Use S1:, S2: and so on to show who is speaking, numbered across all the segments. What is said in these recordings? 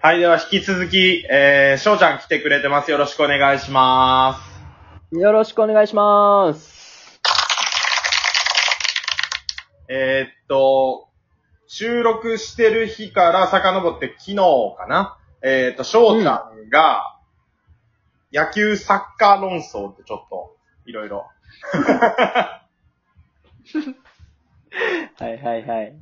S1: はい、では引き続き、えー、翔ちゃん来てくれてます。よろしくお願いしま
S2: よろしくお願いします。
S1: す。えー、っと、収録してる日から遡って昨日かなえー、っと、翔ちゃんが、野球サッカー論争ってちょっと、いろいろ。
S2: はいはいはい。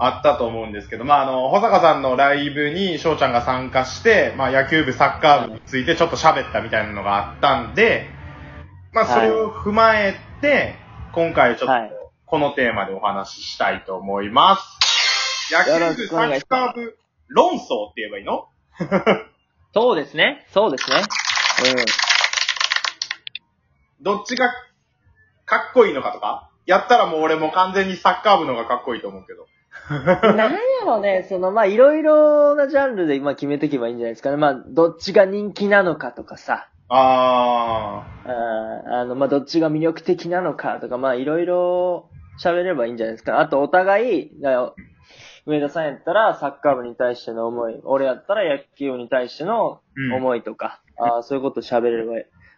S1: あったと思うんですけど、まあ、あの、保坂さんのライブに翔ちゃんが参加して、まあ、野球部、サッカー部についてちょっと喋ったみたいなのがあったんで、まあ、それを踏まえて、今回ちょ
S2: は
S1: っ
S2: い
S1: と、このテーマでお話ししたいと思います。
S2: よ
S1: 野
S2: ろ
S1: 球部、
S2: しく
S1: サ
S2: お願いし
S1: ッカ
S2: ます
S1: ー部、論争って言えばいいの
S2: そうですね。そうですね。
S1: どっちが、かっこいいのかとかやったらもう俺も完全にサッカー部の方がかっこいいと思うけど。
S2: うん。なんやろうね、その、まあ、いろいろなジャンルで今決めていけばいいんじゃないですかね。まあ、どっちが人気なのかとかさ、
S1: あー。
S2: あーあの、まあ、どっちが魅力的なのかとか、まあ、いろいろ喋ればいいんじゃないですか。あと、お互い、だよ上田さんやったらサッカー部に対しての思い、俺やったら野球部に対しての
S1: うん
S2: 思いとか、あーそういうこと喋れれば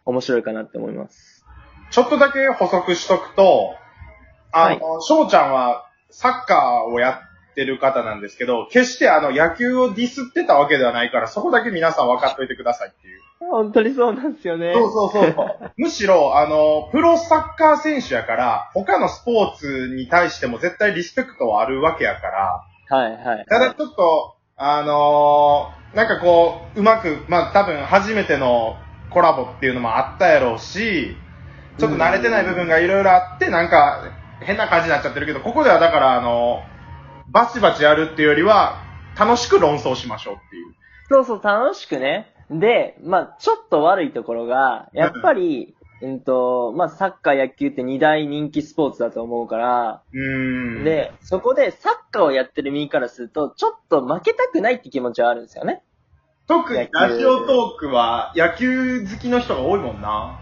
S2: 面白いかなって思います。
S1: ちょっとだけ補足しとくと、あの、翔、ちゃんはサッカーをやってる方なんですけど、決してあの野球をディスってたわけではないから、そこだけ皆さん分かっといてくださいっていう。
S2: 本当にそうなんですよね。
S1: そうそうそうそう。むしろ、あの、プロサッカー選手やから、他のスポーツに対しても絶対リスペクトはあるわけやから、
S2: はいはい。
S1: ただちょっと、あのーなんかこう、うまく、まあ多分初めてのコラボっていうのもあったやろうし、ちょっと慣れてない部分がいろいろあって、なんか変な感じになっちゃってるけど、ここではだからあのバチバチやるっていうよりは、楽しく論争しましょうっていう。
S2: そうそう、楽しくね。で、まあちょっと悪いところが、やっぱり、うんと、まあサッカー、野球って二大人気スポーツだと思うから、
S1: うーん。、
S2: で、そこでサッカーをやってる身からすると、ちょっと負けたくないって気持ちはあるんですよね。
S1: 特にラジオトークは野球好きの人が多いもんな。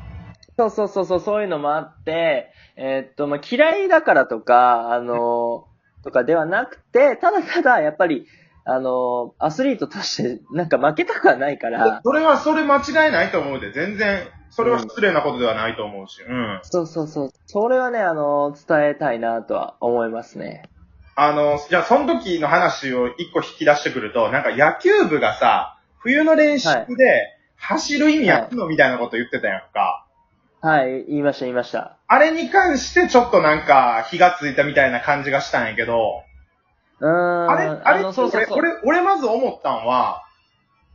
S2: そうそうそうそう、そういうのもあって、えーっと、まあ、嫌いだからとか、あのーとかではなくて、ただただ、やっぱり、あのーアスリートとして、なんか負けたくはないから、
S1: それはそれ間違いないと思うで、全然、それは失礼なことではないと思うし。うん。
S2: そうそうそう。それはね、あの、伝えたいなとは思いますね。
S1: あの、じゃあその時の話を一個引き出してくると、なんか野球部がさ、冬の練習で走る意味あるのみたいなこと言ってたやんか。
S2: はい、言いました、言いました。
S1: あれに関してちょっとなんか火がついたみたいな感じがしたんやけど、
S2: うーん。
S1: あれ、あれ
S2: の
S1: って俺、俺、俺まず思ったんは、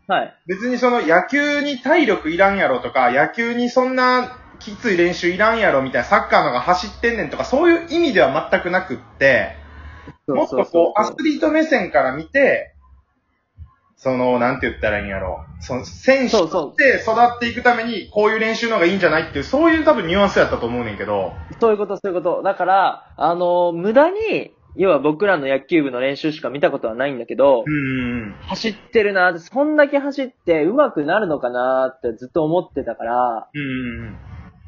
S2: はい。
S1: 別にその野球に体力いらんやろとか、野球にそんなきつい練習いらんやろみたいなサッカーのが走ってんねんとか、そういう意味では全くなくって、もっとこう、アスリート目線から見て、その、なんて言ったらいいんやろその、選手
S2: そう
S1: と
S2: そ
S1: して育っていくために、こういう練習の方がいいんじゃないっていう、そういう多分ニュアンスやったと思うねんけど、
S2: う。そういうこと、そういうこと。だから、あの、無駄に、要は僕らの野球部の練習しか見たことはないんだけど、
S1: うん。
S2: 走ってるなって、そんだけ走って上手くなるのかなってずっと思ってたから、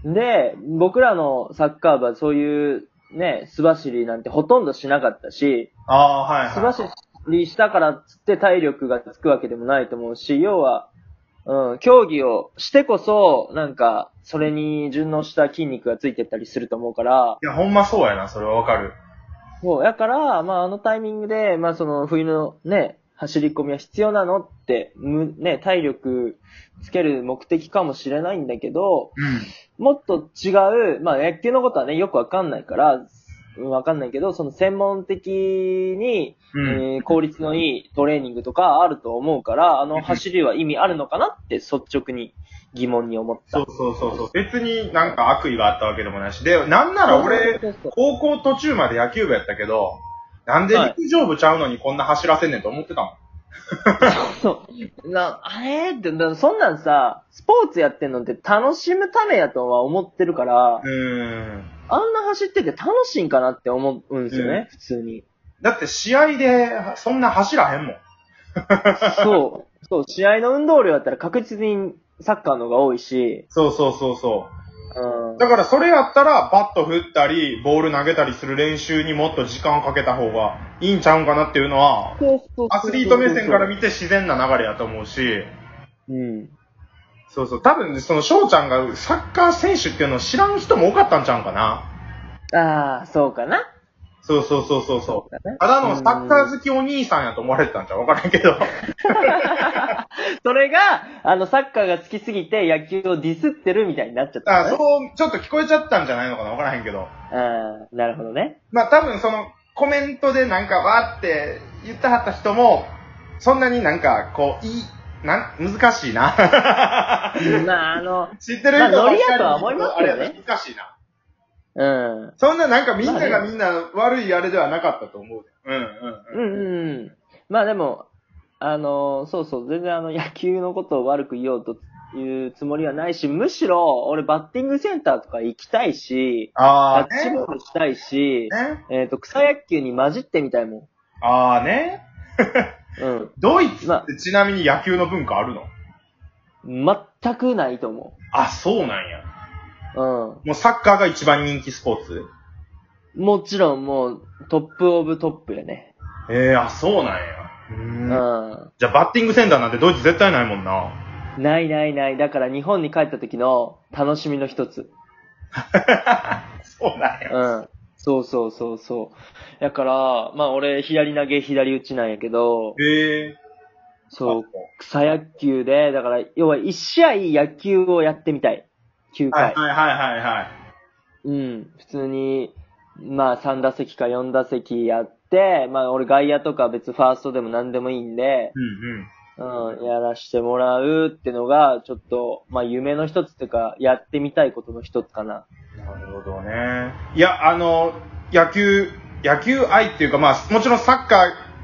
S1: うん。
S2: で、僕らのサッカー部はそういう、ね、素走りなんてほとんどしなかったし、
S1: ああ、はい、はい。
S2: 素走りしたからっつって体力がつくわけでもないと思うし、要は、うん、競技をしてこそ、なんか、それに順応した筋肉がついてったりすると思うから、
S1: いや、ほんまそうやな、それはわかる。
S2: そう、だから、まあ、あのタイミングで、まあ、その、冬のね、走り込みは必要なのって、む、ね、体力つける目的かもしれないんだけど、
S1: うん。
S2: もっと違う、まあ野球のことはね、よくわかんないから、うんわかんないけど、その専門的に、
S1: うん。
S2: えー効率のいいトレーニングとかあると思うから、あ
S1: うん
S2: の走りは意味あるのかなって率直に疑問に思った。
S1: そうそうそうそう。別になんか悪意があったわけでもないし。で、なんなら俺、
S2: そうそう
S1: 高校途中まで野球部やったけど、なんで陸上部ちゃうのにこんな走らせんねんと思ってたもん。
S2: そうな、あれって、なそんなんさ、スポーツやってんのって楽しむためやとは思ってるから、
S1: うーん。
S2: あんな走ってて楽しいんかなって思うんですよね、普通に。
S1: だって試合でそんな走らへんもん。
S2: そう、そう、試合の運動量だったら確実にサッカーの方が多いし、
S1: そうそうそうそ
S2: うん。
S1: だからそれやったら、バット振ったり、ボール投げたりする練習にもっと時間をかけた方がいいんちゃうんかなっていうのは、アスリート目線から見て自然な流れやと思うし、
S2: うん。
S1: そうそう、多分、その翔ちゃんがサッカー選手っていうのを知らん人も多かったんちゃうんかな。
S2: ああ、そうかな。
S1: そうそうそうそうそう。
S2: だね
S1: ただのサッカー好きお兄さんやと思われてたんちゃうわからんけど。
S2: それが、あの、サッカーが好きすぎて野球をディスってるみたいになっちゃった、
S1: あそう、ちょっと聞こえちゃったんじゃないのかなわからへんけど。
S2: ああ、なるほどね。
S1: まあ多分そのコメントでなんかわーって言ってはった人も、そんなになんかこう、いい、なん、難しいな。
S2: まあ、あの、
S1: 知ってる
S2: まあ
S1: 人ばっかり
S2: ノリやとは思いますけどね
S1: あれだ難しいな。
S2: うん。
S1: そんななんかみんな
S2: まあ
S1: が
S2: ね
S1: みんな悪いあれではなかったと思うで。うん
S2: う
S1: うんうん。
S2: んうんうん。まあでも、あの、そうそう、全然あの、野球のことを悪く言おうというつもりはないし、むしろ、俺バッティングセンターとか行きたいし、
S1: あ
S2: バ
S1: あ
S2: ッチボ
S1: ね。
S2: ールしたいし、
S1: ね
S2: えっ、と、草野球に混じってみたいも
S1: ああね。
S2: ん。うん。
S1: ドイツ
S2: ま
S1: ってちなみに野球の文化あるの
S2: 全くないと思
S1: あ、そうなんや。
S2: う。うん。
S1: もうサッカーが一番人気スポーツ
S2: もちろんもう、トップオブトップやね。
S1: ええあ、そうなんや。う
S2: うんん。
S1: じゃあバッティングセンターなんてドイツ絶対ないもんな。
S2: ないないない。だから日本に帰った時の楽しみの一つ。
S1: そうなんや。
S2: うん。そうそうそうそう。だから、まあ俺、左投げ、左打ちなんやけど、
S1: ええ
S2: そう、草野球で、だから、要は一試合野球をやってみたい。9
S1: はい
S2: 回。
S1: はいはいはいはい。
S2: うん。普通に、まあ3打席か4打席やって、まあ俺外野とか別にファーストでも何でもいいんで、
S1: うんうん。
S2: うん、やらしてもらうってのが、ちょっと、まあ夢の一つっていうか、やってみたいことの一つかな。
S1: なるほどね。いや、あの、野球、野球愛っていうか、まあ、もちろんサッカ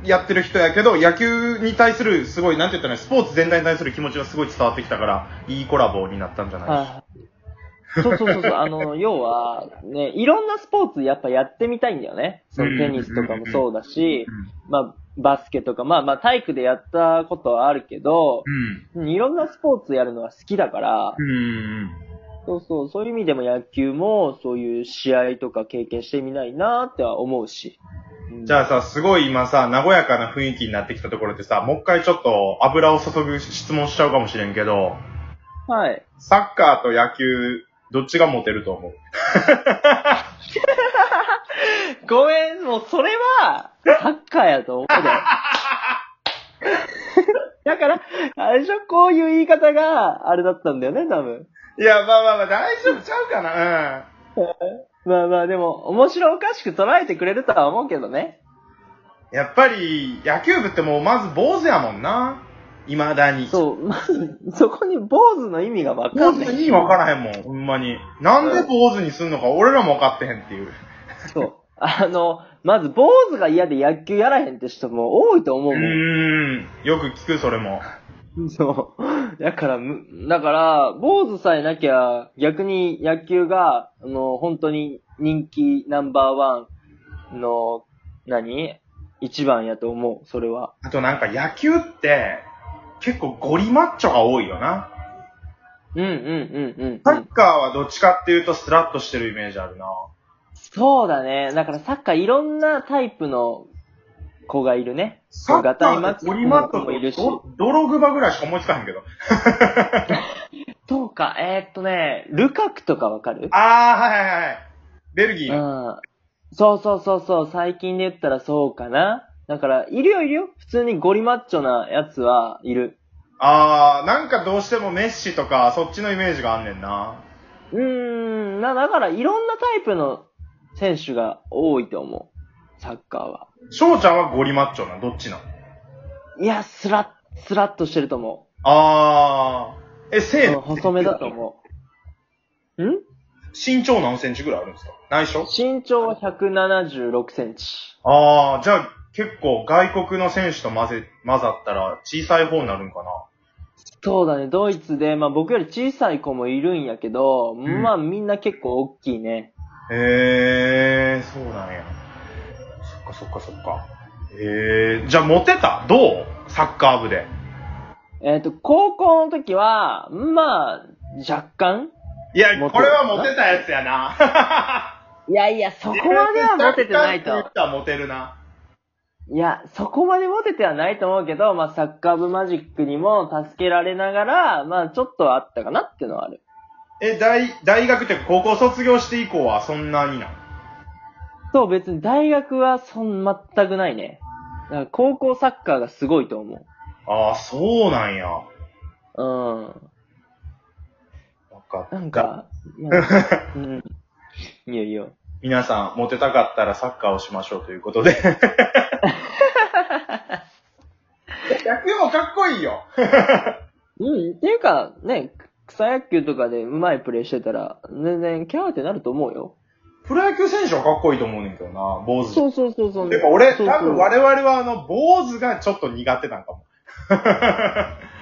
S1: ーやってる人やけど、野球に対する、すごい、なんて言ったらいいの、スポーツ全体に対する気持ちがすごい伝わってきたから、いいコラボになったんじゃないですか。
S2: はい。そうそうそうそう、あの、要は、ね、いろんなスポーツやっぱやってみたいんだよね。そのテニスとかもそうだし、まあ、バスケとか、まあまあ体育でやったことはあるけど、
S1: うん。
S2: いろんなスポーツやるのが好きだから、
S1: うん。うん。
S2: そうそう、そういう意味でも野球もそういう試合とか経験してみないなっては思うし。うん
S1: じゃあさ、すごい今さ、和やかな雰囲気になってきたところでさ、もう一回ちょっと油を注ぐ質問しちゃうかもしれんけど、
S2: はい。
S1: サッカーと野球、どっちがモテると思う
S2: ごめん、もうそれは、サッカーやと思うで。 だから、あれでしょ、こういう言い方が、あれだったんだよね、多分。
S1: いや、まあまあまあ、大丈夫ちゃうかな。
S2: まあまあ、でも、面白おかしく捉えてくれるとは思うけどね。
S1: うん。やっぱり、野球部ってもうまず坊主やもんな。未だに。う。
S2: そう、まず、そこに坊主の意味がわか
S1: 坊
S2: んない。
S1: 主に分からへんもん、ほんまに。なんで坊主にすんのか俺らも分かってへんっていう。
S2: そう。あの、まず、坊主が嫌で野球やらへんって人も多いと思う
S1: う
S2: もん。
S1: ーん。よく聞く、それも。
S2: そう。だから、むだから、坊主さえなきゃ、逆に野球が、あの、本当に人気ナンバーワンの、何一番やと思う、それは。
S1: あとなんか野球って、結構ゴリマッチョが多いよな。
S2: うんうんうんうん、う
S1: サッ
S2: ん。
S1: カーはどっちかっていうとスラッとしてるイメージあるな。
S2: そうだね。だからサッカーいろんなタイプの子がいるね。
S1: サッ
S2: ガ
S1: カ
S2: タイマ
S1: ー
S2: ッ
S1: っ
S2: クス
S1: てゴリマット
S2: もいるし
S1: とドドログバぐらいしか思いつかへんけど。
S2: そうか、えー、っとね、ルカクとかわかる
S1: あー、はいはいはい。ベルギーの。
S2: うん。そうそうそうそう、最近で言ったらそうかな。だから、いるよいるよ。普通にゴリマッチョなやつはいる。
S1: あー、なんかどうしてもメッシとかそっちのイメージがあんねんな。
S2: うーん、な、だからいろんなタイプの選手が多いと思う。サッカーは。
S1: 翔ちゃんはゴリマッチョな、どっちなの
S2: いや、スラッ、スラッとしてると思
S1: あー。え、
S2: う。
S1: せ
S2: うん細めだと思 う。ん
S1: 身長何センチぐらいあるんですか内緒
S2: 身長は176センチ。
S1: あー、じゃあ結構外国の選手と混ぜ、混ざったら小さい方になるんかな。
S2: そうだね、ドイツで、まあ僕より小さい子もいるんやけど、
S1: ん
S2: まあみんな結構大きいね。
S1: へえー、そうなんや。そっかそっかそっか。へえー、じゃあモテたどうサッカー部で。
S2: えっ、と、高校の時は、まあ、若干、
S1: いや、
S2: モテ
S1: これはモテたやつやな。
S2: いやいや、 そこまではモテてないと。
S1: はモテるな。
S2: いや、そこまでモテてはないと思うけど、まあ、サッカー部マジックにも助けられながら、まあ、ちょっとあったかなっていうのはある。
S1: え、大、大学っていうか高校卒業して以降はそんなにな
S2: そう、別に大学はそん、全くないね。だから高校サッカーがすごいと思
S1: ああ、そうなんや。わ
S2: う。うん。
S1: かった。
S2: なんか、まあうん。いいよいいよ。
S1: 皆さん、モテたかったらサッカーをしましょうという ことで。野球もかっこいいよ。
S2: うん、っていうか、ね、草野球とかでうまいプレーしてたら、全然キャーってなると思うよ。
S1: プロ野球選手はかっこいいと思うねんけどな、坊主。
S2: そうそうそうそう。
S1: てか俺、
S2: そう
S1: 多分我々はあの、坊主がちょっと苦手なんかも。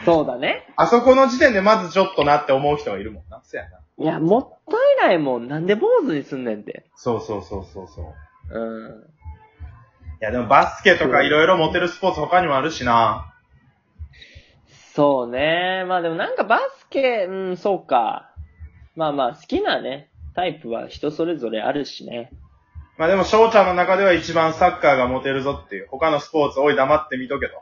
S2: そうだね。
S1: あそこの時点でまずちょっとなって思う人がいるもんな。そやな。
S2: いや、もったいないもん。なんで坊主にすんねんって。
S1: そうそうそうそうそう。い
S2: うん。
S1: やでもバスケとかいろいろモテるスポーツ他にもあるしな。
S2: そうね。まあでもなんかバスケ、うん、そうか。まあまあ、好きなね、タイプは人それぞれあるし ね。
S1: まあでも翔ちゃんの中では一番サッカーがモテるぞっていう。他のスポーツおい黙ってみとけと。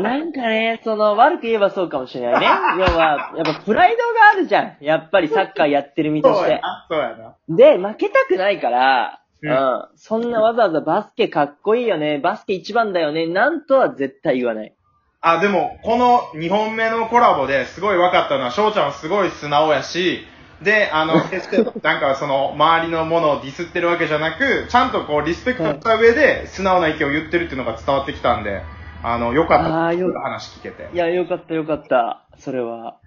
S2: なんかね、その、悪く言えばそうかもしれないね。要は、やっぱプライドがあるじゃん。やっぱりサッカーやってる身とし
S1: そうや
S2: て。
S1: な。そうやな。
S2: で、負けたくないから、
S1: う
S2: うんん、そんなわざわざバスケかっこいいよね、バスケ一番だよね、なんとは絶対言わない。
S1: あ、でも、この2本目のコラボですごい分かったのは、翔ちゃんはすごい素直やし、で、あの、決して、なんかその、周りのものをディスってるわけじゃなく、ちゃんとこう、リスペクトした上で、素直な意見を言ってるっていうのが伝わってきたんで、あの、よかった。
S2: あーよ
S1: 話聞けて
S2: い。や、よかったよかった、それは。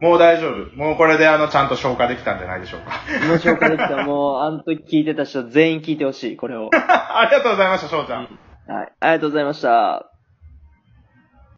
S1: もう大丈夫。もうこれで、あの、ちゃんと消化できたんじゃないでしょうか。
S2: もう紹介できた、もう、あの時聞いてた人全員聞いてほしい、これを。はい。
S1: ありがとうございました、翔ちゃん。
S2: ありがとうございました。